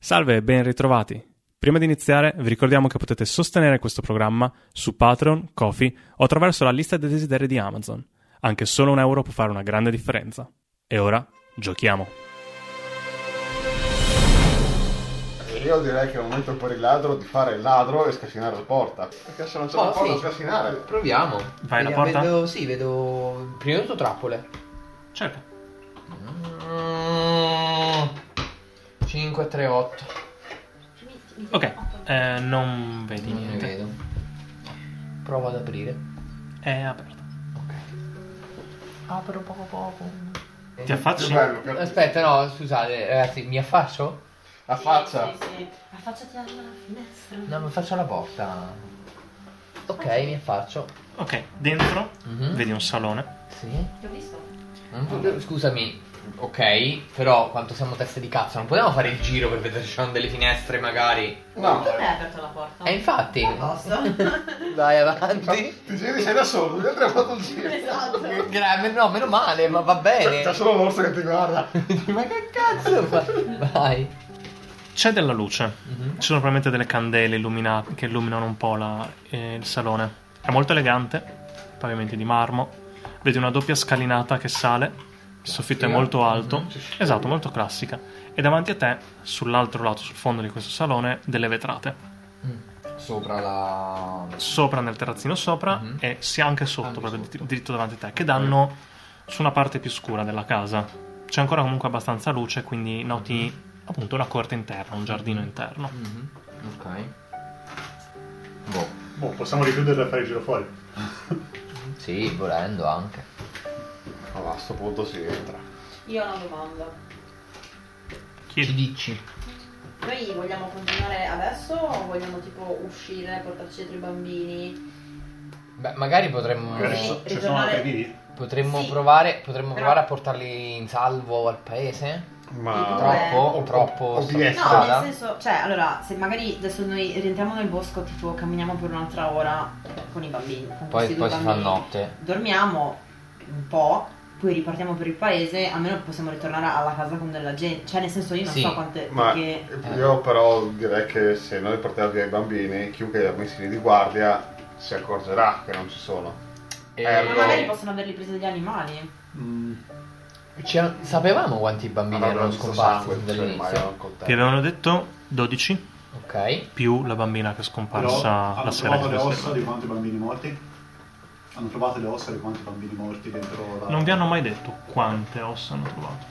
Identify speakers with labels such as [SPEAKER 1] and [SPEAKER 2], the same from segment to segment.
[SPEAKER 1] Salve e ben ritrovati. Prima di iniziare vi ricordiamo che potete sostenere questo programma su Patreon, Kofi o attraverso la lista dei desideri di Amazon. Anche solo un euro può fare una grande differenza. E ora giochiamo.
[SPEAKER 2] Io direi che è il momento per il ladro di fare il ladro e scassinare la porta. Perché se non c'è la
[SPEAKER 3] Oh,
[SPEAKER 2] porta
[SPEAKER 3] sì.
[SPEAKER 2] scassinare.
[SPEAKER 3] Proviamo.
[SPEAKER 1] Vai alla
[SPEAKER 3] Vediamo-
[SPEAKER 1] porta?
[SPEAKER 3] Vedo, sì, vedo prima di tutto trappole.
[SPEAKER 1] Certo.
[SPEAKER 3] Mm. 5, 3, 8.
[SPEAKER 1] Ok, eh, non vedi
[SPEAKER 3] Non ne
[SPEAKER 1] niente.
[SPEAKER 3] vedo. Provo ad aprire.
[SPEAKER 1] È aperto.
[SPEAKER 3] Ok. Apro poco poco.
[SPEAKER 1] Ti
[SPEAKER 2] Più
[SPEAKER 1] affacci?
[SPEAKER 2] bello, che-
[SPEAKER 3] Aspetta, no, scusate, ragazzi, mi affaccio?
[SPEAKER 2] La faccia.
[SPEAKER 4] Sì, sì, sì. Affacciati alla finestra.
[SPEAKER 3] No, mi affaccio alla porta. Ok, mi affaccio.
[SPEAKER 1] Ok, dentro
[SPEAKER 3] Mhm.
[SPEAKER 1] vedi un salone.
[SPEAKER 3] Sì.
[SPEAKER 4] L'ho visto.
[SPEAKER 3] Mm, Scusami, ok, però quanto siamo teste di cazzo, non potevamo fare il giro per vedere se ci sono delle finestre magari.
[SPEAKER 2] No.
[SPEAKER 4] Perché hai aperto la porta?
[SPEAKER 3] E infatti,
[SPEAKER 4] Basta.
[SPEAKER 3] dai
[SPEAKER 2] Cioè,
[SPEAKER 3] avanti.
[SPEAKER 2] Ti giri sei da solo, lui ha fatto il giro.
[SPEAKER 4] Esatto.
[SPEAKER 3] Gra- no, meno male, ma va bene.
[SPEAKER 2] C'è solo l'orso che ti guarda.
[SPEAKER 3] ma che cazzo fa? Vai.
[SPEAKER 1] C'è della luce.
[SPEAKER 3] Mhm.
[SPEAKER 1] Ci sono probabilmente delle candele illuminate che illuminano un po' la- eh, il salone. È molto elegante, pavimenti di marmo. Vedi una doppia scalinata che sale, il soffitto è molto
[SPEAKER 3] eh.
[SPEAKER 1] alto, esatto, molto classica. E davanti a te, sull'altro lato, sul fondo di questo salone, delle vetrate.
[SPEAKER 3] Sopra la...
[SPEAKER 1] Sopra nel terrazzino sopra
[SPEAKER 3] Mhm.
[SPEAKER 1] e sia anche sotto,
[SPEAKER 3] Anche
[SPEAKER 1] proprio
[SPEAKER 3] sotto.
[SPEAKER 1] di- dritto davanti a te, che danno su una parte più scura della casa. C'è ancora comunque abbastanza luce, quindi noti appunto una corte interna, un giardino interno.
[SPEAKER 3] Mhm. Ok. Boh.
[SPEAKER 5] Boh, possiamo richiuderla e fare il giro fuori.
[SPEAKER 3] Sì, volendo anche.
[SPEAKER 2] Ma a sto punto si entra.
[SPEAKER 4] Io ho una domanda.
[SPEAKER 3] Ci
[SPEAKER 1] Chiedi.
[SPEAKER 3] dici?
[SPEAKER 4] Noi vogliamo continuare adesso o vogliamo tipo uscire, portarci dietro i bambini?
[SPEAKER 3] Beh, magari potremmo...
[SPEAKER 5] Magari
[SPEAKER 4] Sì.
[SPEAKER 5] so- ci sono altri lì.
[SPEAKER 3] Potremmo
[SPEAKER 4] Sì.
[SPEAKER 3] provare... Potremmo
[SPEAKER 4] Però-
[SPEAKER 3] provare a portarli in salvo al paese?
[SPEAKER 4] Ma-
[SPEAKER 3] Troppo?
[SPEAKER 2] o-
[SPEAKER 3] troppo...
[SPEAKER 2] o-
[SPEAKER 3] sta-
[SPEAKER 2] OBS.
[SPEAKER 4] No,
[SPEAKER 3] strada?
[SPEAKER 4] eh. nel senso, cioè, allora, se magari adesso noi rientriamo nel bosco, tipo camminiamo per un'altra ora con i bambini. Con
[SPEAKER 3] Poi,
[SPEAKER 4] questi due
[SPEAKER 3] poi si fa
[SPEAKER 4] bambini.
[SPEAKER 3] notte.
[SPEAKER 4] Dormiamo un po', poi ripartiamo per il paese, almeno possiamo ritornare alla casa con della gente. Cioè, nel senso, io non
[SPEAKER 3] Sì,
[SPEAKER 4] so quante...
[SPEAKER 2] Ma
[SPEAKER 4] perché-
[SPEAKER 3] eh.
[SPEAKER 2] io però direi che se noi portiamo via i bambini, chiunque li ha messi lì di guardia si accorgerà che non ci sono.
[SPEAKER 3] E-
[SPEAKER 4] Ma
[SPEAKER 2] Eh,
[SPEAKER 4] magari
[SPEAKER 2] no.
[SPEAKER 4] possono averli presi degli animali.
[SPEAKER 3] Ci- Sapevamo quanti bambini
[SPEAKER 2] Avranno
[SPEAKER 3] erano
[SPEAKER 2] visto
[SPEAKER 3] scomparsi
[SPEAKER 2] sangue,
[SPEAKER 3] sin
[SPEAKER 2] cioè, ormai
[SPEAKER 3] dall'inizio.
[SPEAKER 2] erano contenti.
[SPEAKER 1] Ti avevano detto 12?
[SPEAKER 3] Ok.
[SPEAKER 1] più la bambina che è
[SPEAKER 5] Però
[SPEAKER 1] scomparsa la
[SPEAKER 5] hanno
[SPEAKER 1] sera di
[SPEAKER 5] trovato le
[SPEAKER 1] questa
[SPEAKER 5] ossa
[SPEAKER 1] sera.
[SPEAKER 5] di quanti bambini morti? Hanno trovato le ossa di quanti bambini morti dentro la...
[SPEAKER 1] Non vi hanno mai detto quante ossa hanno trovato.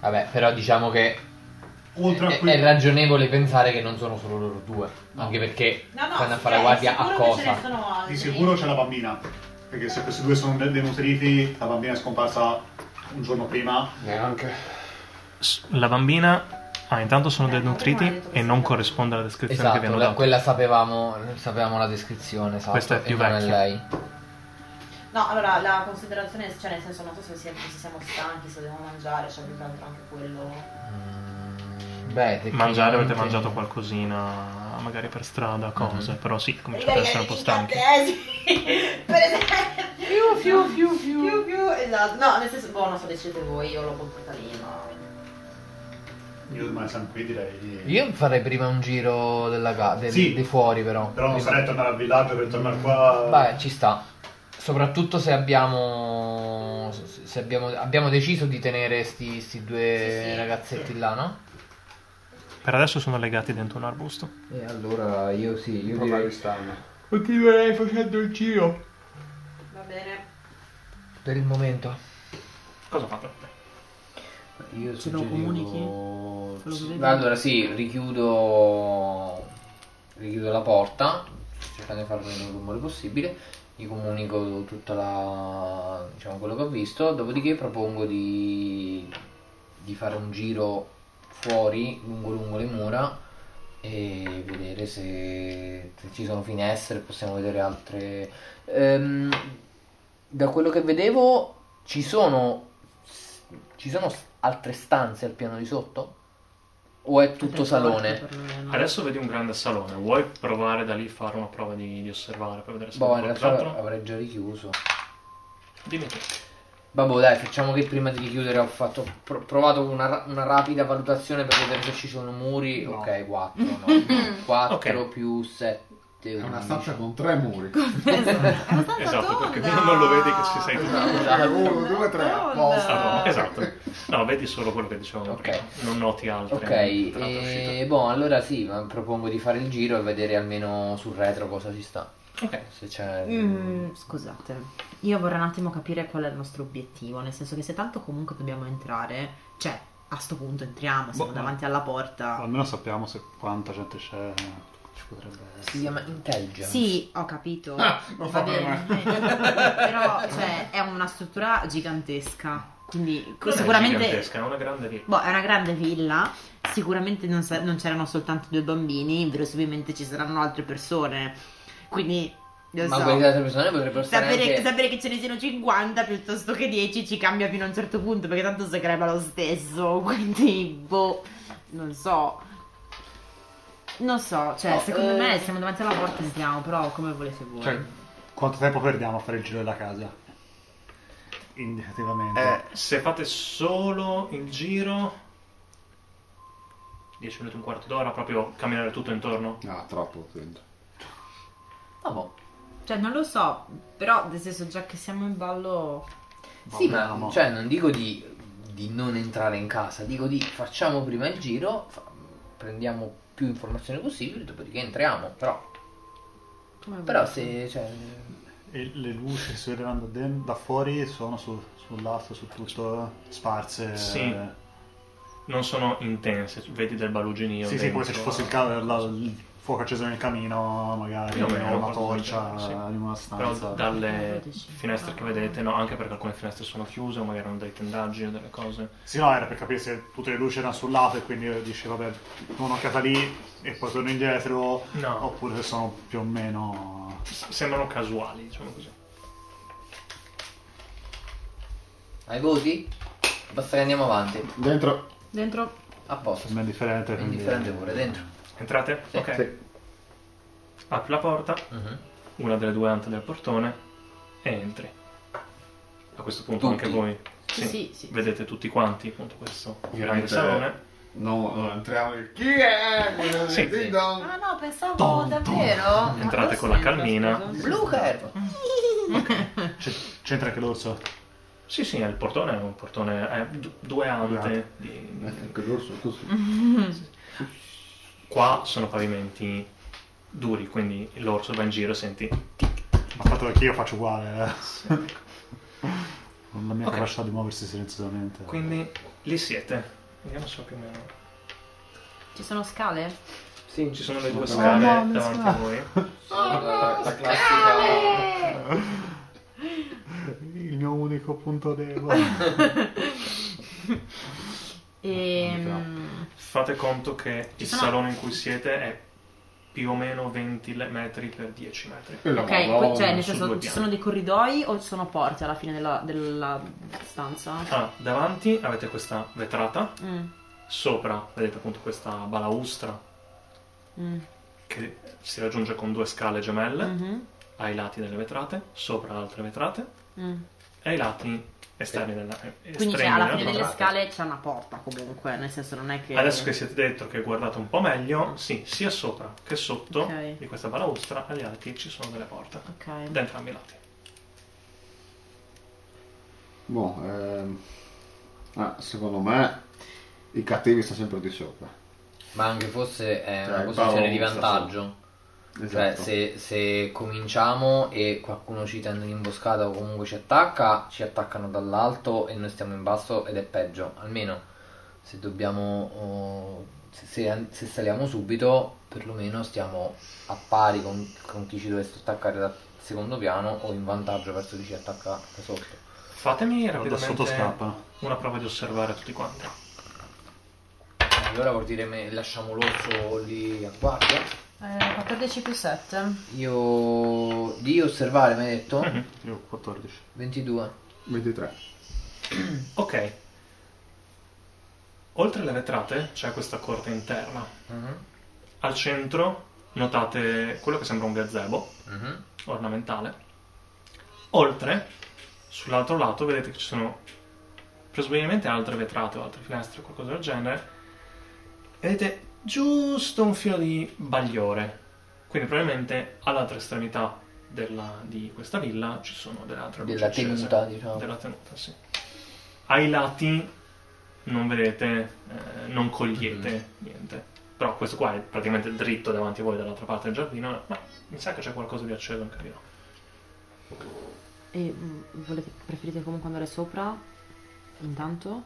[SPEAKER 3] Vabbè, però diciamo che
[SPEAKER 5] Oltre a
[SPEAKER 3] è,
[SPEAKER 5] qui...
[SPEAKER 3] è ragionevole pensare che non sono solo loro due, anche perché stanno a fare
[SPEAKER 4] cioè, eh,
[SPEAKER 3] la guardia a cosa.
[SPEAKER 5] Di sicuro c'è la bambina. Perché se questi due sono de- denutriti, la bambina è scomparsa un giorno prima.
[SPEAKER 2] Neanche.
[SPEAKER 1] S- La bambina, ah, intanto sono
[SPEAKER 4] Eh, ma prima
[SPEAKER 1] denutriti
[SPEAKER 4] ha detto
[SPEAKER 1] e
[SPEAKER 4] che
[SPEAKER 1] non
[SPEAKER 4] sì.
[SPEAKER 1] corrisponde alla descrizione che vi
[SPEAKER 3] Esatto,
[SPEAKER 1] hanno
[SPEAKER 3] la-
[SPEAKER 1] dato.
[SPEAKER 3] quella sapevamo, sapevamo la descrizione, esatto,
[SPEAKER 1] Questa è più
[SPEAKER 3] e non
[SPEAKER 1] vecchia.
[SPEAKER 3] lei.
[SPEAKER 4] No, allora la considerazione, cioè nel senso, non so se siamo, se siamo stanchi, se dobbiamo mangiare, cioè più che altro anche quello.
[SPEAKER 3] Mm, Beh,
[SPEAKER 1] Mangiare avete
[SPEAKER 3] tecnicamente-
[SPEAKER 1] mangiato qualcosina, magari per
[SPEAKER 6] Mhm.
[SPEAKER 1] strada, cose, però sì, cominciate ad
[SPEAKER 4] Magari
[SPEAKER 1] essere un po' stanchi.
[SPEAKER 4] anche i cantesi, eh, per esempio. Fiu, fiu, fiu, fiu. Fiu, fiu, esatto. No, nel senso, boh, non so, decidete voi, io l'ho portata lì, ma...
[SPEAKER 5] Io ormai siamo qui, direi.
[SPEAKER 3] Io farei prima un giro della ga- del-
[SPEAKER 5] Sì.
[SPEAKER 3] di fuori però.
[SPEAKER 5] Però non
[SPEAKER 3] Prima-
[SPEAKER 5] sarei tornare al villaggio per tornare qua...
[SPEAKER 3] Beh, ci sta. Soprattutto se abbiamo. Se abbiamo, abbiamo deciso di tenere sti, sti due
[SPEAKER 4] Sì, sì.
[SPEAKER 3] ragazzetti là, no?
[SPEAKER 1] Per adesso sono legati dentro un arbusto.
[SPEAKER 3] E allora io sì, io
[SPEAKER 2] Come li stanno?
[SPEAKER 3] Continuerei facendo il giro.
[SPEAKER 4] Va bene.
[SPEAKER 3] Per il momento.
[SPEAKER 1] Cosa fate?
[SPEAKER 6] Io
[SPEAKER 7] Se lo comunichi? Quello che vedi?
[SPEAKER 6] Allora sì, richiudo, richiudo la porta, cercando di fare il meno rumore possibile, gli comunico tutta la, diciamo, quello che ho visto, dopodiché propongo di, di fare un giro fuori, lungo lungo le mura e vedere se, se ci sono finestre, possiamo vedere altre... Ehm, da quello che vedevo ci sono ci sono s- altre stanze al piano di sotto? O è tutto salone?
[SPEAKER 1] Adesso vedi un grande salone, vuoi provare da lì a fare una prova di, osservare per vedere
[SPEAKER 6] Boh, in realtà avrei già richiuso.
[SPEAKER 1] Dimmi tu.
[SPEAKER 3] Vabbè dai, facciamo che prima di richiudere ho fatto, pro- provato una, ra- una rapida valutazione per vedere se ci sono muri.
[SPEAKER 5] No.
[SPEAKER 3] Ok, 4, no. 4
[SPEAKER 1] Ok.
[SPEAKER 3] più 7.
[SPEAKER 2] È una stanza con tre muri.
[SPEAKER 4] abbastanza
[SPEAKER 1] Esatto, perché
[SPEAKER 4] tonda.
[SPEAKER 1] non lo vedi che ci sei tu.
[SPEAKER 2] Esatto. Uno, due, tre.
[SPEAKER 4] Madonna.
[SPEAKER 2] Posto.
[SPEAKER 1] Ah, no, esatto. No, vedi solo quello che dicevamo
[SPEAKER 3] Ok.
[SPEAKER 1] prima. Non noti altri.
[SPEAKER 3] Ok,
[SPEAKER 1] tra l'altra uscita.
[SPEAKER 3] e boh, allora sì, ma propongo di fare il giro e vedere almeno sul retro cosa ci sta.
[SPEAKER 1] Ok.
[SPEAKER 3] Se c'è.
[SPEAKER 4] Mm, scusate, io vorrei un attimo capire qual è il nostro obiettivo, nel senso che se tanto comunque dobbiamo entrare, cioè a sto punto entriamo, siamo
[SPEAKER 5] Boh,
[SPEAKER 4] davanti alla
[SPEAKER 1] Boh,
[SPEAKER 4] porta.
[SPEAKER 5] Almeno sappiamo se quanta gente c'è. Ci potrebbe essere.
[SPEAKER 3] Si chiama intelligence.
[SPEAKER 4] Sì, ho capito.
[SPEAKER 1] Ah,
[SPEAKER 2] non
[SPEAKER 4] va
[SPEAKER 2] fa per
[SPEAKER 4] bene.
[SPEAKER 2] me.
[SPEAKER 4] Però cioè, è una struttura gigantesca, quindi
[SPEAKER 1] Non è
[SPEAKER 4] sicuramente
[SPEAKER 1] gigantesca, è una grande lì.
[SPEAKER 4] Boh, è una grande villa, sicuramente non, sa- non c'erano soltanto due bambini, verosimilmente ci saranno altre persone. Quindi, lo
[SPEAKER 3] Ma
[SPEAKER 4] so.
[SPEAKER 3] quelle altre persone potrebbero stare
[SPEAKER 4] Sapere,
[SPEAKER 3] anche...
[SPEAKER 4] sapere che ce ne siano 50 piuttosto che 10 ci cambia fino a un certo punto perché tanto si crema lo stesso, quindi boh, non so. Non so, cioè,
[SPEAKER 3] No,
[SPEAKER 4] secondo
[SPEAKER 3] eh.
[SPEAKER 4] me siamo davanti alla porta e stiamo, però come volete voi.
[SPEAKER 5] Cioè, quanto tempo perdiamo a fare il giro della casa? Indicativamente.
[SPEAKER 1] Eh, se fate solo il giro... 10 minuti, un quarto d'ora, proprio camminare tutto intorno.
[SPEAKER 2] No, troppo dentro.
[SPEAKER 3] Ah, boh.
[SPEAKER 4] Cioè, non lo so, però nel senso già che siamo in ballo...
[SPEAKER 3] Sì, ma
[SPEAKER 5] Volevamo.
[SPEAKER 3] cioè, non dico di, di non entrare in casa, dico di facciamo prima il giro, fa- prendiamo più informazioni possibili, dopodiché entriamo. Però,
[SPEAKER 4] come
[SPEAKER 3] però
[SPEAKER 4] volete.
[SPEAKER 3] se. Cioè,
[SPEAKER 5] E le luci che si vedevano da, den- da fuori sono su- sull'asso, su tutto, sparse.
[SPEAKER 1] Sì. Non sono intense, vedi del baluginio.
[SPEAKER 5] Sì, sì,
[SPEAKER 1] dentro.
[SPEAKER 5] come se ci fosse il, ca- la- il fuoco acceso nel camino, magari,
[SPEAKER 1] Più o
[SPEAKER 5] o
[SPEAKER 1] meno,
[SPEAKER 5] una
[SPEAKER 1] qualcosa del
[SPEAKER 5] torcia
[SPEAKER 1] genere, sì.
[SPEAKER 5] in una
[SPEAKER 1] Però
[SPEAKER 5] stanza.
[SPEAKER 1] dalle finestre che vedete, no, anche perché alcune finestre sono chiuse, o magari hanno dei tendaggi o delle cose.
[SPEAKER 5] Sì, no, era per capire se tutte le luci erano sul lato e quindi io dici, vabbè, do un'occhiata lì e poi torno indietro,
[SPEAKER 1] No.
[SPEAKER 5] oppure se sono più o meno...
[SPEAKER 1] S- sembrano casuali, diciamo così.
[SPEAKER 3] hai voti? Basta che andiamo avanti.
[SPEAKER 2] Dentro.
[SPEAKER 4] Dentro
[SPEAKER 3] A posto.
[SPEAKER 5] ben differente. quindi-
[SPEAKER 3] Indifferente pure, dentro.
[SPEAKER 1] Entrate?
[SPEAKER 3] Sì.
[SPEAKER 1] ok.
[SPEAKER 2] Sì.
[SPEAKER 1] Apri la porta,
[SPEAKER 3] Mhm.
[SPEAKER 1] una delle due ante del portone e entri. A questo punto
[SPEAKER 3] Tutti?
[SPEAKER 1] anche voi.
[SPEAKER 4] Sì, sì, sì.
[SPEAKER 1] Vedete tutti quanti appunto questo grande
[SPEAKER 2] Ovviamente-
[SPEAKER 1] salone.
[SPEAKER 2] No, no, entriamo. in- Chi è? Quello
[SPEAKER 1] Sì.
[SPEAKER 2] del Ding dong.
[SPEAKER 4] Ah no, pensavo
[SPEAKER 5] Tom,
[SPEAKER 4] davvero. Ma
[SPEAKER 1] Entrate
[SPEAKER 4] lo
[SPEAKER 1] con la
[SPEAKER 4] sento,
[SPEAKER 1] calmina.
[SPEAKER 4] scusa.
[SPEAKER 3] Blucher!
[SPEAKER 5] C'è- C'entra anche l'orso?
[SPEAKER 1] Sì, sì, il portone è un portone, è du- due
[SPEAKER 5] Due
[SPEAKER 1] ante.
[SPEAKER 5] ante.
[SPEAKER 1] di-
[SPEAKER 2] Eh, quello su- così.
[SPEAKER 1] Qua sono pavimenti duri, quindi l'orso va in giro e senti
[SPEAKER 5] Ma fatto da chi io faccio uguale. eh. Con la mia
[SPEAKER 1] Ok.
[SPEAKER 5] capacità di muoversi silenziosamente.
[SPEAKER 1] Quindi lì siete. Vediamo se ho più o meno.
[SPEAKER 4] Ci sono scale?
[SPEAKER 3] Sì,
[SPEAKER 1] Ci sono le due
[SPEAKER 2] Oh,
[SPEAKER 1] scale
[SPEAKER 5] no,
[SPEAKER 1] davanti a voi.
[SPEAKER 4] Oh,
[SPEAKER 3] Ah, la, la classica.
[SPEAKER 5] Il mio unico punto debole.
[SPEAKER 4] Ehm,
[SPEAKER 1] Fate conto che il
[SPEAKER 4] sono-
[SPEAKER 1] salone in cui siete è più o mmeno 20 le- metri per 10 metri.
[SPEAKER 2] Quella
[SPEAKER 4] ok, que-
[SPEAKER 2] Madonna.
[SPEAKER 4] cioè nel
[SPEAKER 1] su
[SPEAKER 4] senso
[SPEAKER 1] due
[SPEAKER 4] ci
[SPEAKER 1] piani.
[SPEAKER 4] sono dei corridoi o ci sono porte alla fine della, della stanza?
[SPEAKER 1] Ah, davanti avete questa vetrata,
[SPEAKER 4] Mm,
[SPEAKER 1] sopra vedete appunto questa balaustra
[SPEAKER 4] mm,
[SPEAKER 1] che si raggiunge con due scale gemelle
[SPEAKER 4] mhm,
[SPEAKER 1] ai lati delle vetrate, sopra altre vetrate
[SPEAKER 4] mm.
[SPEAKER 1] e ai lati esterni della eh, estremi
[SPEAKER 4] Quindi cioè, alla
[SPEAKER 1] della
[SPEAKER 4] fine delle
[SPEAKER 1] vetrata.
[SPEAKER 4] scale c'è una porta comunque, nel senso non è che...
[SPEAKER 1] Adesso che siete dentro, che guardate un po' meglio, sì, sia sopra che sotto
[SPEAKER 4] Ok.
[SPEAKER 1] di questa balaustra, agli altri ci sono delle porte,
[SPEAKER 4] Ok.
[SPEAKER 1] da entrambi i lati.
[SPEAKER 2] Boh, ehm, ah, secondo me i cattivi stanno sempre di sopra.
[SPEAKER 3] Ma anche forse è
[SPEAKER 2] Cioè,
[SPEAKER 3] una
[SPEAKER 2] il
[SPEAKER 3] posizione di
[SPEAKER 2] ballo sta
[SPEAKER 3] vantaggio.
[SPEAKER 2] Esatto.
[SPEAKER 3] Cioè, se, se cominciamo e qualcuno ci tende un'imboscata o comunque ci attacca, ci attaccano dall'alto e noi stiamo in basso ed è peggio. Almeno se dobbiamo. oh, se, se- se saliamo subito, perlomeno stiamo a pari con, con chi ci dovesse attaccare dal secondo piano o in vantaggio verso chi ci attacca da sotto.
[SPEAKER 1] Fatemi
[SPEAKER 5] Da sotto
[SPEAKER 1] rapidamente
[SPEAKER 5] scappano.
[SPEAKER 1] una prova di osservare tutti quanti.
[SPEAKER 3] Allora vuol dire me, lasciamo l'orso lì a guardia.
[SPEAKER 4] Eh, 14 più 7.
[SPEAKER 3] Io. di osservare, mi hai detto?
[SPEAKER 5] Io ho 14.
[SPEAKER 3] 22.
[SPEAKER 2] 23.
[SPEAKER 1] Ok. Oltre le vetrate c'è questa corte interna.
[SPEAKER 3] Mhm.
[SPEAKER 1] Al centro notate quello che sembra un gazebo
[SPEAKER 3] Mhm.
[SPEAKER 1] ornamentale. Oltre Sull'altro lato vedete che ci sono presumibilmente altre vetrate o altre finestre o qualcosa del genere. E Vedete giusto un filo di bagliore. Quindi probabilmente all'altra estremità della- di questa villa ci sono delle altre luci
[SPEAKER 3] Della
[SPEAKER 1] accese.
[SPEAKER 3] tenuta, diciamo.
[SPEAKER 1] Della tenuta, sì. Ai lati non vedete, eh, non cogliete niente. Però questo qua è praticamente dritto davanti a voi dall'altra parte del giardino, ma mi sa che c'è qualcosa di acceso anche lì. no?
[SPEAKER 4] E mm, volete, preferite comunque andare sopra? Intanto?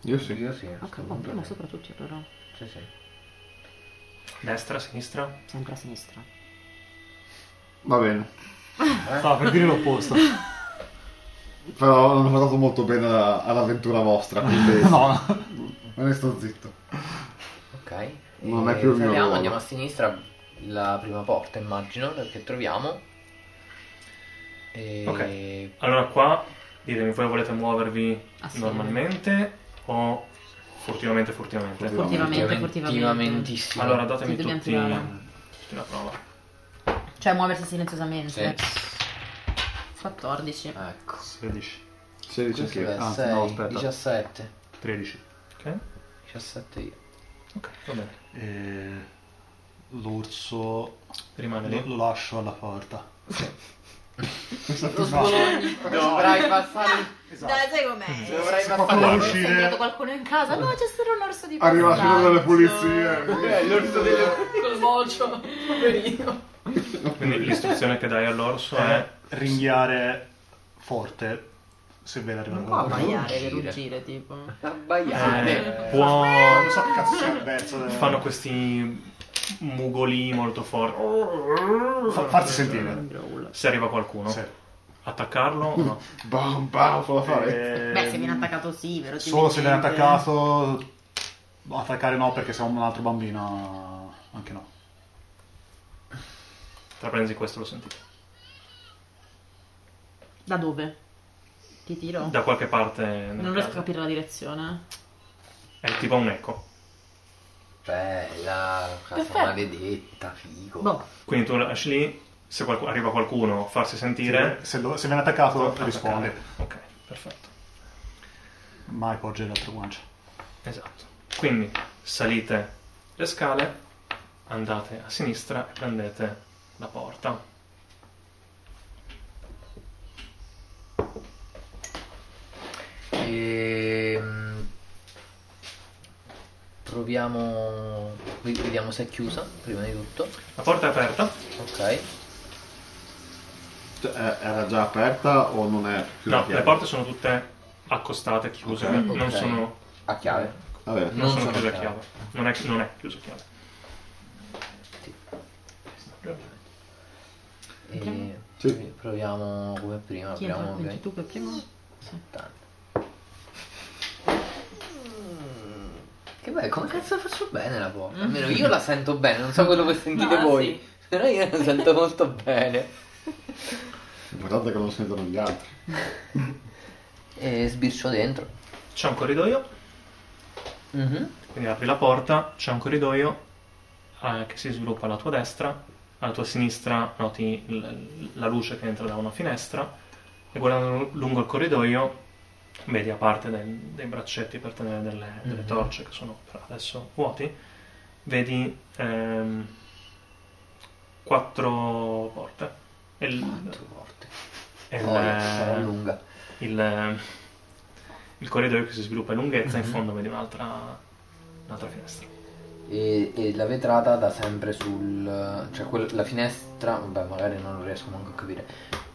[SPEAKER 8] Io sì.
[SPEAKER 3] Io sì.
[SPEAKER 4] Ok, boh, prima sopra tutti allora.
[SPEAKER 3] Sì, sì.
[SPEAKER 1] Destra, sinistra?
[SPEAKER 4] Sempre a sinistra.
[SPEAKER 8] Va bene.
[SPEAKER 1] No, per dire l'opposto.
[SPEAKER 2] Però non ho fatto molto bene alla- all'avventura vostra, quindi
[SPEAKER 5] No,
[SPEAKER 2] me ne sto zitto.
[SPEAKER 3] Ok.
[SPEAKER 2] Non
[SPEAKER 3] E
[SPEAKER 2] è più il mio
[SPEAKER 3] saliamo,
[SPEAKER 2] ruolo.
[SPEAKER 3] andiamo a sinistra, la prima porta immagino, che troviamo. E...
[SPEAKER 1] Ok. Allora qua, ditemi, voi volete muovervi
[SPEAKER 4] Ah, sì.
[SPEAKER 1] normalmente o furtivamente, furtivamente?
[SPEAKER 4] Furtivamente, furtivamente.
[SPEAKER 3] Furtivamentissimo.
[SPEAKER 1] Allora datemi
[SPEAKER 4] Sì, dobbiamo
[SPEAKER 1] tutti,
[SPEAKER 4] tirare.
[SPEAKER 1] tutti la prova.
[SPEAKER 4] Cioè muoversi silenziosamente.
[SPEAKER 3] Sì.
[SPEAKER 4] 14.
[SPEAKER 3] Ecco.
[SPEAKER 8] 16. 16
[SPEAKER 3] Questo
[SPEAKER 8] sì.
[SPEAKER 3] è
[SPEAKER 8] Anzi,
[SPEAKER 3] sei,
[SPEAKER 8] no, aspetta.
[SPEAKER 3] 17.
[SPEAKER 8] 13.
[SPEAKER 1] Ok?
[SPEAKER 3] 17 io.
[SPEAKER 1] Ok, va bene.
[SPEAKER 5] Eh, l'orso
[SPEAKER 1] Rimane
[SPEAKER 5] lo,
[SPEAKER 1] lì.
[SPEAKER 5] lo lascio alla porta.
[SPEAKER 9] Lo sbologni.
[SPEAKER 3] Dovrai passare
[SPEAKER 4] Esatto. Dai, sai com'è?
[SPEAKER 3] Dovrai
[SPEAKER 2] qualcuno
[SPEAKER 3] passare
[SPEAKER 2] vuole
[SPEAKER 4] È
[SPEAKER 2] uscire,
[SPEAKER 4] entrato qualcuno in casa? No, c'è solo un orso di
[SPEAKER 2] arriva solo
[SPEAKER 4] passaggio.
[SPEAKER 2] delle
[SPEAKER 4] Eh,
[SPEAKER 2] pulizie.
[SPEAKER 3] l'orso delle
[SPEAKER 9] Col svolcio. Poverino.
[SPEAKER 1] Quindi l'istruzione che dai all'orso è...
[SPEAKER 5] Ringhiare forte se ve arriva
[SPEAKER 4] Non può
[SPEAKER 5] qualcuno.
[SPEAKER 4] abbaiare per
[SPEAKER 3] Ruggire.
[SPEAKER 4] ruggire, tipo.
[SPEAKER 5] Ehm,
[SPEAKER 3] abbaiate.
[SPEAKER 1] eh, può...
[SPEAKER 5] Non so che cazzo sia il verso. eh.
[SPEAKER 1] Fanno questi mugoli molto forti.
[SPEAKER 5] Fa- farsi sentire.
[SPEAKER 1] Se arriva qualcuno.
[SPEAKER 5] Sì.
[SPEAKER 1] Attaccarlo o no?
[SPEAKER 2] Bam bam sulla parete.
[SPEAKER 5] Eh,
[SPEAKER 4] Beh, se viene attaccato sì, vero?
[SPEAKER 5] Solo se viene attaccato. Attaccare no, perché se è un altro bambino. Anche no.
[SPEAKER 1] Traprendi questo, lo sentite.
[SPEAKER 4] Da dove? Ti tiro?
[SPEAKER 1] Da qualche parte... nel
[SPEAKER 4] non riesco a
[SPEAKER 1] caso.
[SPEAKER 4] capire la direzione.
[SPEAKER 1] È tipo un eco.
[SPEAKER 3] Bella, casa
[SPEAKER 4] Perfetto.
[SPEAKER 3] maledetta, figo.
[SPEAKER 4] Boh,
[SPEAKER 1] Quindi tu lasci lì, se qualcu- arriva qualcuno a farsi sentire,
[SPEAKER 5] Se, lo- se viene attaccato,
[SPEAKER 1] attaccare.
[SPEAKER 5] risponde.
[SPEAKER 1] Ok, perfetto.
[SPEAKER 5] Mai porge l'altra guancia.
[SPEAKER 1] Esatto. Quindi salite le scale, andate a sinistra e prendete la porta.
[SPEAKER 3] Ehm, Proviamo. vi- Vediamo se è chiusa prima di tutto.
[SPEAKER 1] La porta è aperta?
[SPEAKER 3] Ok.
[SPEAKER 2] Cioè, eh, era già aperta o non è più
[SPEAKER 1] No, le porte sono tutte accostate, chiuse,
[SPEAKER 2] Ok,
[SPEAKER 1] non
[SPEAKER 3] ok.
[SPEAKER 1] sono,
[SPEAKER 3] A chiave.
[SPEAKER 2] Vabbè,
[SPEAKER 1] non sono
[SPEAKER 3] sono
[SPEAKER 1] chiuse a
[SPEAKER 3] chiave.
[SPEAKER 1] chiave. Non è, non è chiusa a chiave.
[SPEAKER 3] E
[SPEAKER 2] Sì.
[SPEAKER 3] provi- proviamo come prima.
[SPEAKER 4] chi
[SPEAKER 3] apriamo
[SPEAKER 4] entra? Quindi
[SPEAKER 3] ovviamente
[SPEAKER 4] tu per primo? Sì.
[SPEAKER 3] tanto. Mm. Che bello, come cazzo faccio bene la porta? Almeno io la sento bene, non so quello che sentite
[SPEAKER 4] No,
[SPEAKER 3] voi. Però io la sento molto bene.
[SPEAKER 2] l'importante è che non sentono gli altri.
[SPEAKER 3] E sbircio dentro.
[SPEAKER 1] C'è un corridoio,
[SPEAKER 3] Mhm.
[SPEAKER 1] quindi apri la porta, c'è un corridoio eh, che si sviluppa alla tua destra, alla tua sinistra noti l- la luce che entra da una finestra e guardando lungo il corridoio vedi a parte del- dei braccetti per tenere delle, delle
[SPEAKER 3] Mhm.
[SPEAKER 1] torce che sono per adesso vuoti, vedi ehm, quattro porte. E il-
[SPEAKER 3] Quattro porte.
[SPEAKER 1] e il- eh,
[SPEAKER 3] Oh, sarà
[SPEAKER 6] Eh,
[SPEAKER 3] lunga.
[SPEAKER 1] il, il corridoio che si sviluppa in lunghezza,
[SPEAKER 3] Mhm.
[SPEAKER 1] in fondo vedi un'altra, un'altra finestra.
[SPEAKER 3] E, e la vetrata da sempre sul. cioè quel- la finestra. Vabbè, magari non lo riesco manco a capire.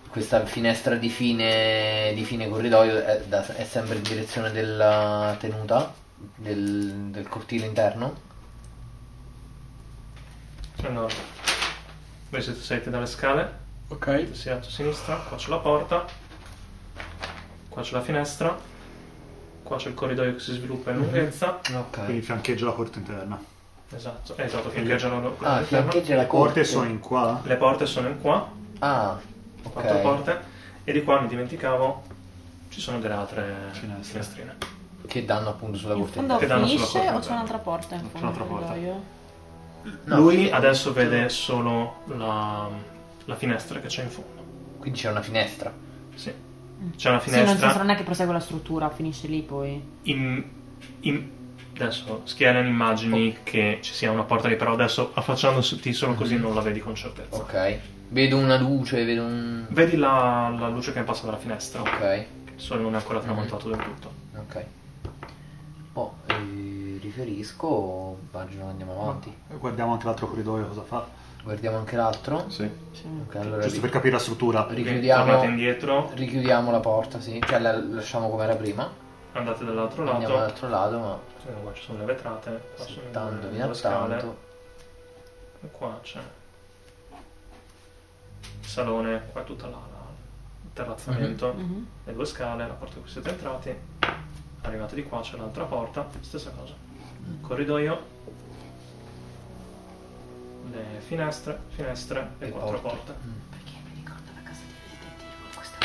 [SPEAKER 3] Questa finestra di fine, di fine corridoio è, da- è sempre in direzione della tenuta del, del cortile interno.
[SPEAKER 1] Allora, voi siete, salite dalle scale,
[SPEAKER 3] Ok.
[SPEAKER 1] siete a sinistra, qua c'è la porta, qua c'è la finestra, qua c'è il corridoio che si sviluppa
[SPEAKER 3] Mhm.
[SPEAKER 1] in lunghezza.
[SPEAKER 3] Ok.
[SPEAKER 5] Quindi fiancheggia la corte interna.
[SPEAKER 1] Esatto, eh, esatto, fiancheggia la la-
[SPEAKER 3] Ah,
[SPEAKER 1] la-
[SPEAKER 3] fiancheggia la
[SPEAKER 5] Le porte
[SPEAKER 3] corte.
[SPEAKER 5] sono in qua.
[SPEAKER 1] Le porte sono in qua,
[SPEAKER 3] Ah,
[SPEAKER 1] quattro
[SPEAKER 3] ok.
[SPEAKER 1] porte, e di qua mi dimenticavo, ci sono delle altre
[SPEAKER 5] Finestre.
[SPEAKER 1] finestrine.
[SPEAKER 3] Che danno appunto sulla
[SPEAKER 4] In
[SPEAKER 3] corte
[SPEAKER 4] fondo
[SPEAKER 1] Che
[SPEAKER 3] interna.
[SPEAKER 1] danno sulla
[SPEAKER 4] finisce
[SPEAKER 1] porta,
[SPEAKER 4] o c'è un'altra porta in
[SPEAKER 5] C'è
[SPEAKER 4] fondo?
[SPEAKER 5] un'altra porta.
[SPEAKER 4] corridoio?
[SPEAKER 3] No,
[SPEAKER 1] Lui
[SPEAKER 3] sì.
[SPEAKER 1] adesso vede solo la, la finestra che c'è in fondo.
[SPEAKER 3] Quindi c'è una finestra.
[SPEAKER 1] Sì.
[SPEAKER 6] C'è una
[SPEAKER 1] Sì, non so
[SPEAKER 6] finestra.
[SPEAKER 1] se non è che prosegue la struttura, finisce lì poi.
[SPEAKER 6] in, in- adesso Schielen immagini che ci sia una porta lì, però adesso affacciandoti solo così non la vedi con certezza.
[SPEAKER 3] Mhm. Ok. Vedo una luce, vedo un.
[SPEAKER 6] Vedi la, la luce che passa dalla finestra,
[SPEAKER 3] Ok.
[SPEAKER 6] il sole non è ancora
[SPEAKER 3] Mhm.
[SPEAKER 6] tramontato del tutto.
[SPEAKER 3] Ok. Boh, eh, riferisco o immagino andiamo avanti.
[SPEAKER 5] Guardiamo anche l'altro corridoio cosa fa.
[SPEAKER 3] Guardiamo anche l'altro.
[SPEAKER 2] Sì.
[SPEAKER 3] Ok, allora
[SPEAKER 5] Giusto
[SPEAKER 3] ri-
[SPEAKER 5] per capire la struttura.
[SPEAKER 6] Tornate
[SPEAKER 3] richiudiamo,
[SPEAKER 6] indietro,
[SPEAKER 3] richiudiamo la porta, sì. Cioè la lasciamo come era prima.
[SPEAKER 6] andate dall'altro
[SPEAKER 3] Andiamo
[SPEAKER 6] lato.
[SPEAKER 3] dall'altro lato, ma
[SPEAKER 6] Eh, Qua ci sono le vetrate, qua sono
[SPEAKER 3] tanto
[SPEAKER 6] le-
[SPEAKER 3] fino a
[SPEAKER 6] le scale.
[SPEAKER 3] tanto.
[SPEAKER 6] E Qua c'è il salone, qua è tutta la, la- il terrazzamento,
[SPEAKER 4] Mhm.
[SPEAKER 6] le due scale, la porta in cui siete entrati. Arrivate di qua c'è l'altra porta, stessa cosa. Corridoio, le finestre, finestre e,
[SPEAKER 3] Le
[SPEAKER 6] quattro
[SPEAKER 3] porte.
[SPEAKER 6] porte.
[SPEAKER 10] Perché mi ricordo la casa di Resident Evil questa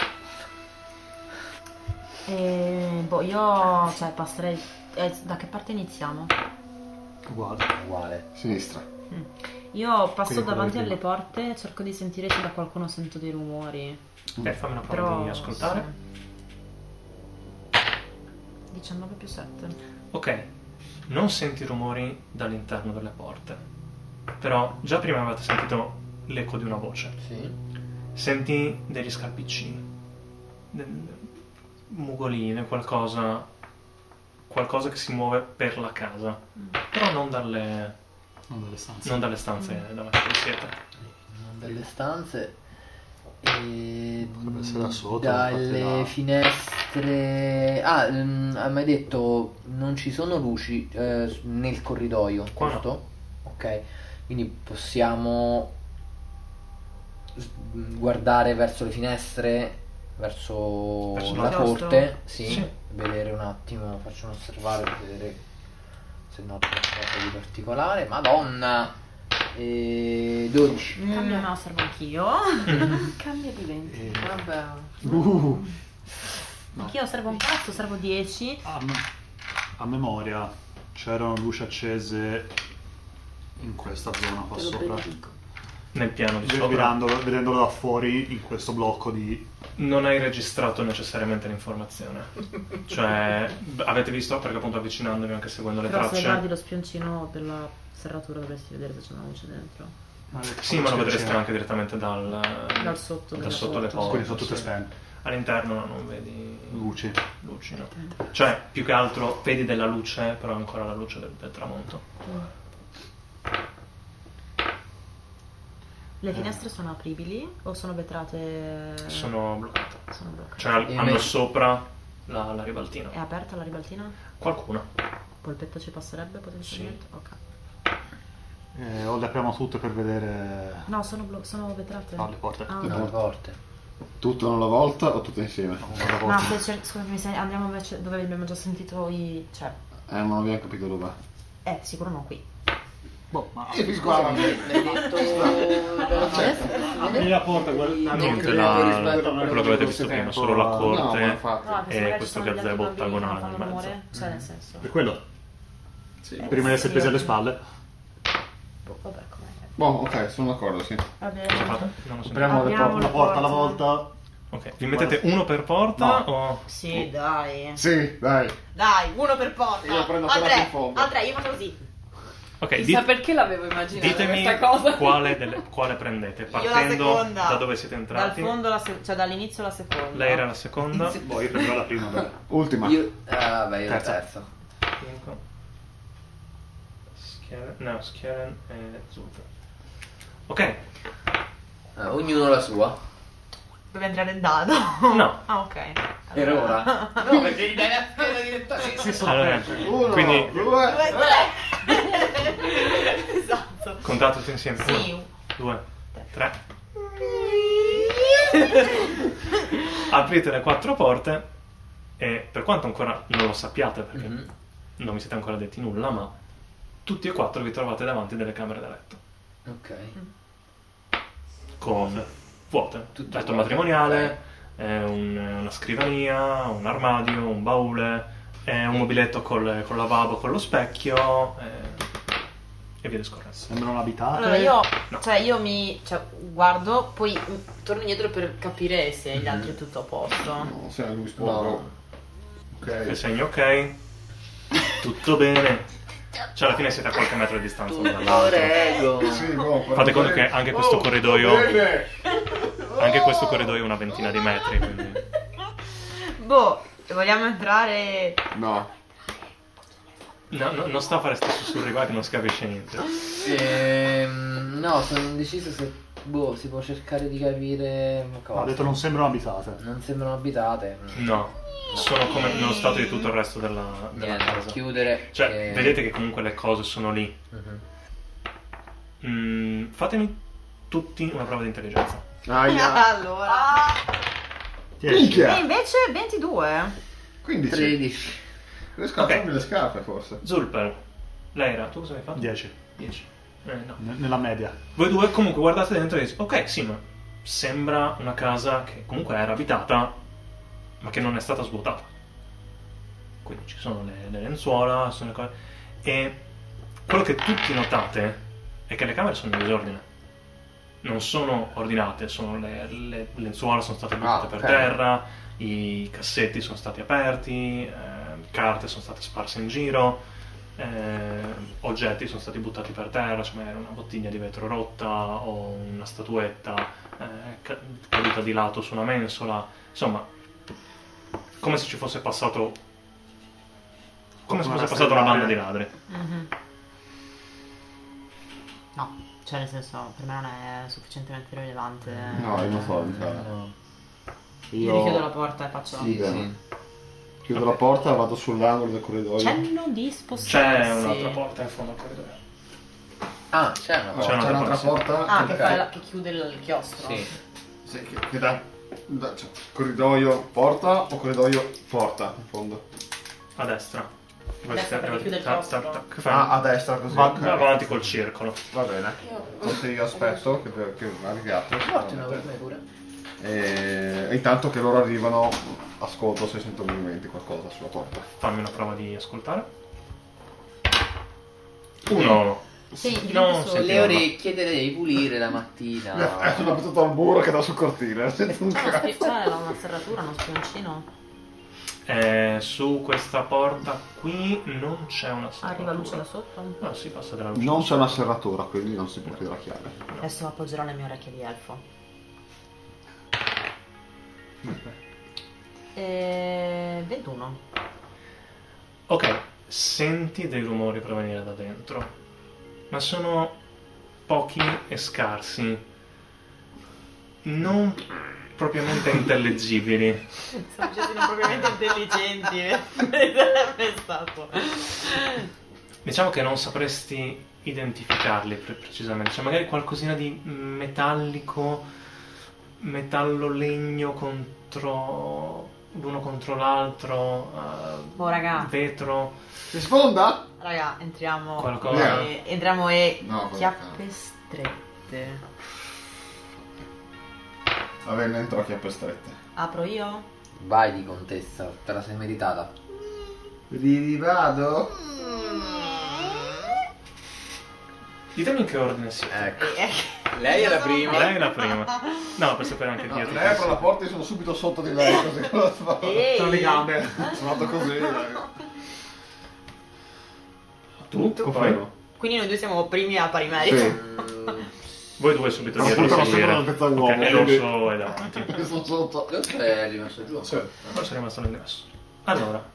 [SPEAKER 4] Eh, boh, io cioè passerei. eh, da che parte iniziamo?
[SPEAKER 5] Uguale.
[SPEAKER 3] Uguale.
[SPEAKER 2] Sinistra.
[SPEAKER 4] Io passo
[SPEAKER 2] Quindi quello
[SPEAKER 4] davanti
[SPEAKER 2] di
[SPEAKER 4] alle porte, cerco di sentire se da qualcuno sento dei rumori.
[SPEAKER 6] E fammi una prova
[SPEAKER 4] Però.
[SPEAKER 6] di ascoltare.
[SPEAKER 4] sì. 19 più 7.
[SPEAKER 6] Ok, non senti rumori dall'interno delle porte, però già prima avevate sentito l'eco di una voce.
[SPEAKER 3] Sì.
[SPEAKER 6] Senti degli scalpiccini, de- mugoline, qualcosa, qualcosa che si muove per la casa,
[SPEAKER 11] Mm.
[SPEAKER 6] però non dalle,
[SPEAKER 5] Non dalle stanze.
[SPEAKER 6] non dalle stanze
[SPEAKER 11] Mm.
[SPEAKER 6] davanti a cui siete.
[SPEAKER 3] Delle stanze. E
[SPEAKER 5] Potrebbe essere da sotto, infatti,
[SPEAKER 3] dalle
[SPEAKER 5] là.
[SPEAKER 3] finestre. Ah, mm, hai mai detto non ci sono luci eh, nel corridoio,
[SPEAKER 6] Qua no.
[SPEAKER 3] giusto? Ok. Quindi possiamo s- mm, guardare verso le finestre, verso,
[SPEAKER 6] Verso
[SPEAKER 3] la
[SPEAKER 6] l'altro.
[SPEAKER 3] corte, sì,
[SPEAKER 6] Sì.
[SPEAKER 3] vedere un attimo, faccio un osservare per vedere se noto qualcosa di particolare. Madonna! E 12.
[SPEAKER 4] Cambia ma osservo anch'io. Cambia di 20.
[SPEAKER 5] E...
[SPEAKER 3] Vabbè.
[SPEAKER 5] Eh, Uh,
[SPEAKER 4] Anch'io osservo un pazzo, osservo 10.
[SPEAKER 5] a, me- a memoria c'erano luci accese in questa zona qua sopra.
[SPEAKER 6] Nel piano di
[SPEAKER 5] Ve-
[SPEAKER 6] sopra
[SPEAKER 5] Vedendolo, vedendolo da fuori in questo blocco di...
[SPEAKER 6] non hai registrato necessariamente l'informazione. Cioè, b- avete visto perché appunto avvicinandovi anche seguendo le
[SPEAKER 4] Però se guardi
[SPEAKER 6] tracce.
[SPEAKER 4] lo spioncino della serratura dovresti vedere se c'è una luce dentro.
[SPEAKER 6] Eh, Sì, ma lo vedreste anche direttamente dal,
[SPEAKER 4] Dal sotto
[SPEAKER 6] da
[SPEAKER 4] della
[SPEAKER 6] sotto le
[SPEAKER 4] porta.
[SPEAKER 6] porte.
[SPEAKER 5] Quindi sono tutte
[SPEAKER 6] sì.
[SPEAKER 5] esterne.
[SPEAKER 6] All'interno non vedi
[SPEAKER 5] Luci.
[SPEAKER 6] luci, no? Cioè, più che altro vedi della luce, però è ancora la luce del, del tramonto.
[SPEAKER 4] Le finestre sono apribili o sono vetrate?
[SPEAKER 11] Eh.
[SPEAKER 6] Sono bloccate.
[SPEAKER 4] sono bloccate.
[SPEAKER 6] Cioè,
[SPEAKER 3] E
[SPEAKER 6] hanno
[SPEAKER 3] me-
[SPEAKER 6] sopra la, la ribaltina.
[SPEAKER 4] È aperta la ribaltina?
[SPEAKER 6] Qualcuno.
[SPEAKER 4] Polpetta ci passerebbe potenzialmente? Ok.
[SPEAKER 5] Eh, o le apriamo tutte per vedere...
[SPEAKER 4] No, sono, blo- sono vetrate.
[SPEAKER 5] Ah, le porte.
[SPEAKER 4] Ah.
[SPEAKER 3] No, le porte.
[SPEAKER 2] Tutto alla volta o tutto insieme?
[SPEAKER 5] Guarda
[SPEAKER 4] No,
[SPEAKER 5] qua.
[SPEAKER 4] se c'è- scusami, se andiamo invece dove abbiamo già sentito i... Cioè,
[SPEAKER 2] Eh, non abbiamo capito dove va.
[SPEAKER 4] eh, sicuro non qui.
[SPEAKER 5] Boh, ma...
[SPEAKER 3] L'hai detto.
[SPEAKER 5] Apri la porta, guarda...
[SPEAKER 6] Niente, la- quello che avete visto prima, solo la
[SPEAKER 2] No, ma
[SPEAKER 6] corte
[SPEAKER 2] infatti.
[SPEAKER 4] No,
[SPEAKER 6] perché E magari ci Eh, questo sono gli altri gazebo bambini che non ottagonale fanno in mezzo. rumore,
[SPEAKER 4] Cioè, nel senso...
[SPEAKER 5] Per quello. Prima di essere presi alle spalle.
[SPEAKER 4] Vabbè, com'è.
[SPEAKER 2] Boh, ok, sono d'accordo, sì.
[SPEAKER 6] cosa fate? Non lo sentite.
[SPEAKER 5] Apriamo le
[SPEAKER 4] Apriamo le
[SPEAKER 5] porte, una porta alla
[SPEAKER 4] porte.
[SPEAKER 5] volta.
[SPEAKER 6] Ok, vi mettete uno per porta
[SPEAKER 5] No.
[SPEAKER 6] o...
[SPEAKER 10] Sì, dai.
[SPEAKER 2] Sì, dai.
[SPEAKER 10] Dai, uno per porta.
[SPEAKER 2] Io prendo quella più in
[SPEAKER 10] Andrea,
[SPEAKER 2] fondo.
[SPEAKER 10] Andrea, io faccio così.
[SPEAKER 6] Ok, di-
[SPEAKER 11] Chissà perché l'avevo immaginata
[SPEAKER 6] ditemi
[SPEAKER 11] questa cosa.
[SPEAKER 6] quale, delle- quale prendete,
[SPEAKER 10] la
[SPEAKER 6] partendo
[SPEAKER 10] seconda.
[SPEAKER 6] da dove siete
[SPEAKER 10] Dal
[SPEAKER 6] entrati.
[SPEAKER 10] fondo, la se- cioè dall'inizio la seconda.
[SPEAKER 6] Lei era la seconda.
[SPEAKER 5] Boh, io prenderò la prima. vabbè.
[SPEAKER 2] Ultima.
[SPEAKER 3] Io. Ah, vabbè, io il
[SPEAKER 5] Terza.
[SPEAKER 3] terzo.
[SPEAKER 6] Bianco. Schieren- no, Schieren e Zulfa. Ok,
[SPEAKER 3] Eh, ognuno la sua.
[SPEAKER 10] Dobbiamo tirare il dado.
[SPEAKER 6] no.
[SPEAKER 10] Ah, ok.
[SPEAKER 3] Era ora.
[SPEAKER 12] No, perché gli dai la scheda direttamente.
[SPEAKER 6] Allora,
[SPEAKER 2] Uno,
[SPEAKER 6] quindi
[SPEAKER 2] due.
[SPEAKER 10] esatto.
[SPEAKER 6] contate tutti insieme.
[SPEAKER 10] Sì.
[SPEAKER 6] Uno, due, tre. Aprite le quattro porte e per quanto ancora non lo sappiate perché
[SPEAKER 3] Mhm.
[SPEAKER 6] non vi siete ancora detti nulla, ma tutti e quattro vi trovate davanti delle camere da letto.
[SPEAKER 3] Ok.
[SPEAKER 6] con vuote,
[SPEAKER 3] Tutto
[SPEAKER 6] letto
[SPEAKER 3] vuoto.
[SPEAKER 6] Certo, matrimoniale, eh, un- una scrivania, un armadio, un baule, eh, un mobiletto col, col lavabo, con lo specchio, eh,
[SPEAKER 1] e via discorrendo.
[SPEAKER 5] Sembrano abitate.
[SPEAKER 4] Allora io, cioè, io mi cioè, guardo, poi mm, torno indietro per capire se
[SPEAKER 1] Mhm.
[SPEAKER 4] gli altri è tutto a posto.
[SPEAKER 2] No, se lui risponde.
[SPEAKER 3] No.
[SPEAKER 1] E
[SPEAKER 2] Ok.
[SPEAKER 1] segno ok, tutto bene. Cioè alla fine siete a qualche metro di distanza l'uno dall'altro.
[SPEAKER 3] Prego.
[SPEAKER 2] Sì, boh,
[SPEAKER 1] Fate conto
[SPEAKER 2] guarda-
[SPEAKER 1] che anche questo
[SPEAKER 2] Oh,
[SPEAKER 1] corridoio-
[SPEAKER 2] bene!
[SPEAKER 1] Anche questo corridoio è una ventina di metri, quindi...
[SPEAKER 6] Boh, vogliamo entrare.
[SPEAKER 2] No.
[SPEAKER 1] No, no, non sta a fare sti sussurri qua che non si capisce niente.
[SPEAKER 3] Ehm, no, sono indeciso se boh, si può cercare di capire cosa.
[SPEAKER 5] Ha detto non sembrano abitate.
[SPEAKER 3] Non sembrano abitate.
[SPEAKER 1] No, sono come nello stato di tutto il resto della, della
[SPEAKER 3] Niente, Eh.
[SPEAKER 1] casa.
[SPEAKER 3] chiudere.
[SPEAKER 1] Cioè,
[SPEAKER 3] e-
[SPEAKER 1] vedete che comunque le cose sono lì.
[SPEAKER 3] Mhm.
[SPEAKER 1] Mm, fatemi tutti una prova di intelligenza.
[SPEAKER 2] Aia. Ah.
[SPEAKER 6] Allora. E
[SPEAKER 2] Minchia.
[SPEAKER 6] invece 22.
[SPEAKER 2] 15.
[SPEAKER 3] 13.
[SPEAKER 2] Riesco a
[SPEAKER 1] Ok.
[SPEAKER 2] farmi le scarpe forse.
[SPEAKER 1] Zulper, Leira, tu cosa hai fatto?
[SPEAKER 5] 10.
[SPEAKER 1] 10. Eh, no.
[SPEAKER 5] Nella media.
[SPEAKER 1] Voi due comunque guardate dentro e dite, ok, sì, ma sembra una casa che comunque era abitata, ma che non è stata svuotata. Quindi ci sono le, le lenzuola, ci sono le cose... E quello che tutti notate è che le camere sono in disordine. Non sono ordinate, sono le, le lenzuola sono state buttate
[SPEAKER 3] Ah, ok.
[SPEAKER 1] per terra, i cassetti sono stati aperti, eh, carte sono state sparse in giro, eh, oggetti sono stati buttati per terra, insomma era una bottiglia di vetro rotta o una statuetta eh, ca- caduta di lato su una mensola, insomma come se ci fosse passato come se
[SPEAKER 5] Una
[SPEAKER 1] fosse passata una banda
[SPEAKER 5] stellare.
[SPEAKER 1] di ladri.
[SPEAKER 4] Mhm. No, cioè nel senso, per me non è sufficientemente rilevante.
[SPEAKER 2] No, io non so entrare.
[SPEAKER 3] No.
[SPEAKER 4] Io richiudo la porta e faccio
[SPEAKER 2] Sì,
[SPEAKER 3] Sì.
[SPEAKER 2] bene. Chiudo la porta, vado sull'angolo del corridoio.
[SPEAKER 4] cenno di spostarsi.
[SPEAKER 1] C'è un'altra porta in fondo al corridoio.
[SPEAKER 3] Ah, c'è una
[SPEAKER 2] No,
[SPEAKER 1] C'è
[SPEAKER 2] c'è
[SPEAKER 3] porta.
[SPEAKER 1] un'altra
[SPEAKER 2] un'altra porta.
[SPEAKER 4] Ah, che,
[SPEAKER 3] Ok.
[SPEAKER 4] fa la- che chiude il chiostro.
[SPEAKER 3] Sì.
[SPEAKER 2] Sì, che, che dà. dà- cioè, corridoio porta o corridoio porta in fondo.
[SPEAKER 1] A destra.
[SPEAKER 4] Adesso perché chiude il
[SPEAKER 1] Tac,
[SPEAKER 4] posto.
[SPEAKER 1] tac, tac. Che fai?
[SPEAKER 2] Ah, a destra così.
[SPEAKER 1] Va-
[SPEAKER 2] ok.
[SPEAKER 1] va avanti col circolo.
[SPEAKER 2] Va bene. Forse io aspetto che, che arriviate.
[SPEAKER 3] Porti una per me pure.
[SPEAKER 2] Eh, E e intanto che loro arrivano, ascolto se sento movimenti qualcosa sulla porta.
[SPEAKER 1] Fammi una prova di ascoltare. Uno.
[SPEAKER 4] Sì, diventa
[SPEAKER 1] no,
[SPEAKER 4] solo-
[SPEAKER 1] senti
[SPEAKER 3] Cioè, Le
[SPEAKER 1] roba.
[SPEAKER 3] orecchie te le devi pulire la
[SPEAKER 1] Ah.
[SPEAKER 2] È
[SPEAKER 3] mattina.
[SPEAKER 2] una battuta eh, al muro che dà sul cortile. Sento un
[SPEAKER 4] C'è uno
[SPEAKER 2] cazzo.
[SPEAKER 4] spi- c'è una serratura, uno spioncino.
[SPEAKER 1] Eh, su questa porta qui non c'è una serratura.
[SPEAKER 4] Arriva luce da sotto.
[SPEAKER 1] No, si passa della luce.
[SPEAKER 2] Non c'è una serratura, quindi non si può chiudere la chiave.
[SPEAKER 4] Adesso appoggerò le mie orecchie di elfo. E... 21.
[SPEAKER 1] Ok, senti dei rumori provenire da dentro, ma sono pochi e scarsi, non propriamente intellegibili.
[SPEAKER 6] Sono sono propriamente intelligenti. Sarebbe stato.
[SPEAKER 1] Diciamo che non sapresti identificarli pre- precisamente, cioè magari qualcosina di metallico, metallo-legno contro l'uno contro l'altro, eh,
[SPEAKER 6] Oh, raga.
[SPEAKER 1] vetro,
[SPEAKER 2] Si sfonda?
[SPEAKER 6] Raga, entriamo.
[SPEAKER 1] qualcosa.
[SPEAKER 6] e- entriamo e.
[SPEAKER 2] No, quello
[SPEAKER 6] chiappe strette.
[SPEAKER 2] Va bene, entro a chiappe strette.
[SPEAKER 4] Apro io?
[SPEAKER 3] Vai di contessa, te la sei meritata.
[SPEAKER 2] Rivado?
[SPEAKER 1] Ditemi in che ordine siete.
[SPEAKER 3] Ecco.
[SPEAKER 13] Lei è la
[SPEAKER 1] Ma
[SPEAKER 13] prima.
[SPEAKER 1] Lei è la
[SPEAKER 2] Ah,
[SPEAKER 1] prima. No, per sapere anche
[SPEAKER 2] No,
[SPEAKER 1] dietro.
[SPEAKER 2] lei apre la porta e sono subito sotto di lei così con la spada.
[SPEAKER 4] Eh,
[SPEAKER 5] Tra le gambe.
[SPEAKER 2] Sono andato così.
[SPEAKER 1] Tu?
[SPEAKER 2] Confermo.
[SPEAKER 6] Quindi noi due siamo primi a pari merito.
[SPEAKER 2] Sì.
[SPEAKER 1] Voi due subito
[SPEAKER 2] No,
[SPEAKER 1] dietro
[SPEAKER 2] sono
[SPEAKER 1] a
[SPEAKER 2] sempre
[SPEAKER 1] seguire.
[SPEAKER 2] una pezza
[SPEAKER 1] Ok,
[SPEAKER 2] d'uomo,
[SPEAKER 1] e
[SPEAKER 2] quindi-
[SPEAKER 1] l'orso è davanti.
[SPEAKER 2] Sono sotto.
[SPEAKER 3] L'orso Mm. è rimasto giù.
[SPEAKER 1] Forse è rimasto l'ingresso. Allora,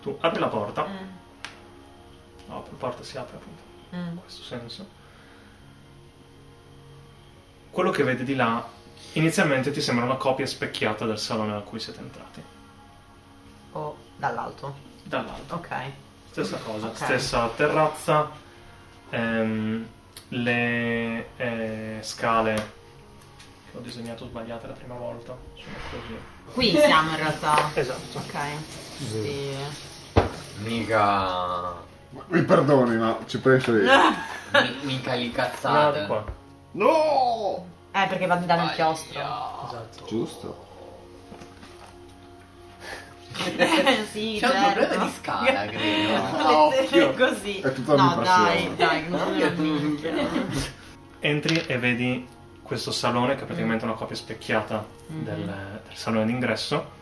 [SPEAKER 1] tu apri la porta.
[SPEAKER 6] Mm.
[SPEAKER 1] No, la porta si apre appunto.
[SPEAKER 4] Mm.
[SPEAKER 1] In questo senso. Quello che vedi di là, inizialmente ti sembra una copia specchiata del salone da cui siete entrati.
[SPEAKER 6] O dall'alto.
[SPEAKER 1] Dall'alto.
[SPEAKER 6] Ok.
[SPEAKER 1] Stessa cosa,
[SPEAKER 6] Ok.
[SPEAKER 1] stessa terrazza, ehm, le eh, scale che ho disegnato sbagliate la prima volta, sono così.
[SPEAKER 4] Qui siamo in realtà.
[SPEAKER 1] Esatto.
[SPEAKER 6] Ok. Sì.
[SPEAKER 3] Mica.
[SPEAKER 2] Mi perdoni, ma ci penso io.
[SPEAKER 3] mi- mica li
[SPEAKER 1] Una di
[SPEAKER 3] cazzate.
[SPEAKER 1] qua.
[SPEAKER 2] No!
[SPEAKER 4] Eh, perché va da Esatto. nel
[SPEAKER 3] Aia.
[SPEAKER 4] chiostro.
[SPEAKER 1] Esatto.
[SPEAKER 2] Giusto.
[SPEAKER 4] sì,
[SPEAKER 3] C'è un
[SPEAKER 4] certo.
[SPEAKER 3] problema di scala, credo.
[SPEAKER 4] No,
[SPEAKER 8] Occhio.
[SPEAKER 4] così.
[SPEAKER 8] È tutta
[SPEAKER 4] no,
[SPEAKER 8] un'impressione.
[SPEAKER 4] dai, dai, non sono una minchia.
[SPEAKER 1] Entri e vedi questo salone che è praticamente una copia specchiata
[SPEAKER 4] Mm.
[SPEAKER 1] del, del salone d'ingresso.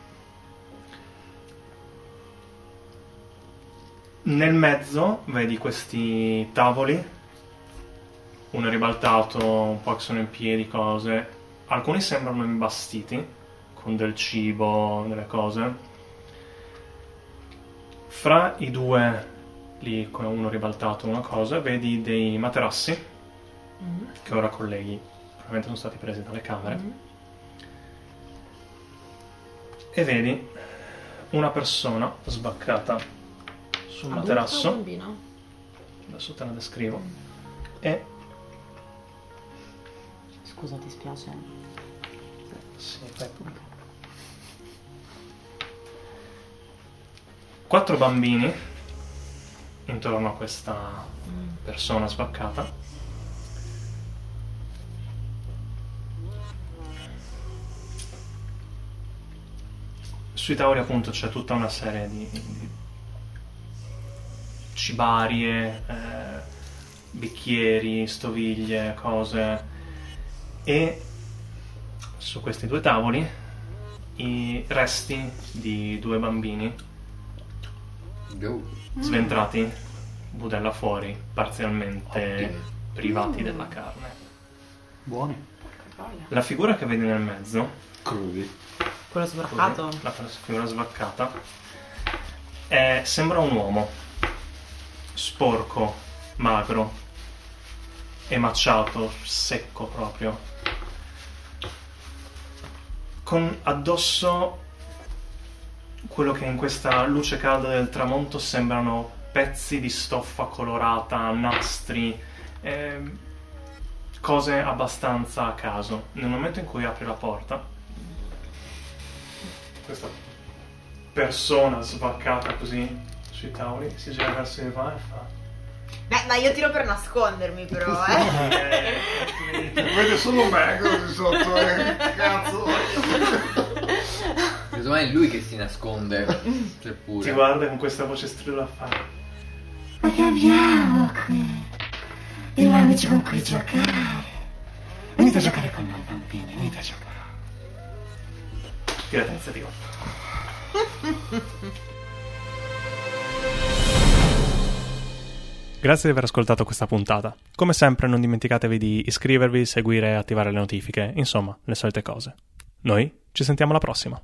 [SPEAKER 1] Nel mezzo vedi questi tavoli, uno è ribaltato, un po' che sono in piedi, cose. Alcuni sembrano imbastiti con del cibo, delle cose. Fra i due, lì con uno ribaltato, una cosa, vedi dei materassi
[SPEAKER 4] Mm.
[SPEAKER 1] che ora colleghi probabilmente sono stati presi dalle camere e vedi una persona sbaccata sul materasso adesso te la descrivo e
[SPEAKER 6] Scusa, ti spiace.
[SPEAKER 1] quattro bambini intorno a questa
[SPEAKER 4] Mm.
[SPEAKER 1] persona sbaccata sui tavoli appunto c'è tutta una serie di, di cibarie, eh, bicchieri, stoviglie, cose e su questi due tavoli i resti di due bambini sventrati, budella fuori, parzialmente
[SPEAKER 3] Ottimo.
[SPEAKER 1] privati della carne.
[SPEAKER 5] Buoni.
[SPEAKER 1] La figura che vedi nel mezzo
[SPEAKER 8] Crudi.
[SPEAKER 4] Quello sbarcato.
[SPEAKER 1] Così, La pers- figura svaccata. Eh, sembra un uomo. Sporco, magro, emacciato, secco proprio. Con addosso quello che in questa luce calda del tramonto sembrano pezzi di stoffa colorata, nastri, ehm, cose abbastanza a caso. Nel momento in cui apri la porta, questa persona svaccata così sui tavoli si gira verso di va e fa
[SPEAKER 6] Beh, ma io tiro per nascondermi, però, eh.
[SPEAKER 4] eh.
[SPEAKER 2] Vede solo me così sotto, eh, cazzo.
[SPEAKER 3] Secondo me è lui che si nasconde. Seppure.
[SPEAKER 1] ti guarda con questa voce strilla fa
[SPEAKER 14] Ma che abbiamo qui? I manici con cui giocare. Venite a giocare con noi, bambini, venite a giocare.
[SPEAKER 1] tirate iniziativa Grazie di aver ascoltato questa puntata. Come sempre non dimenticatevi di iscrivervi, seguire e attivare le notifiche, insomma, le solite cose. Noi ci sentiamo alla prossima.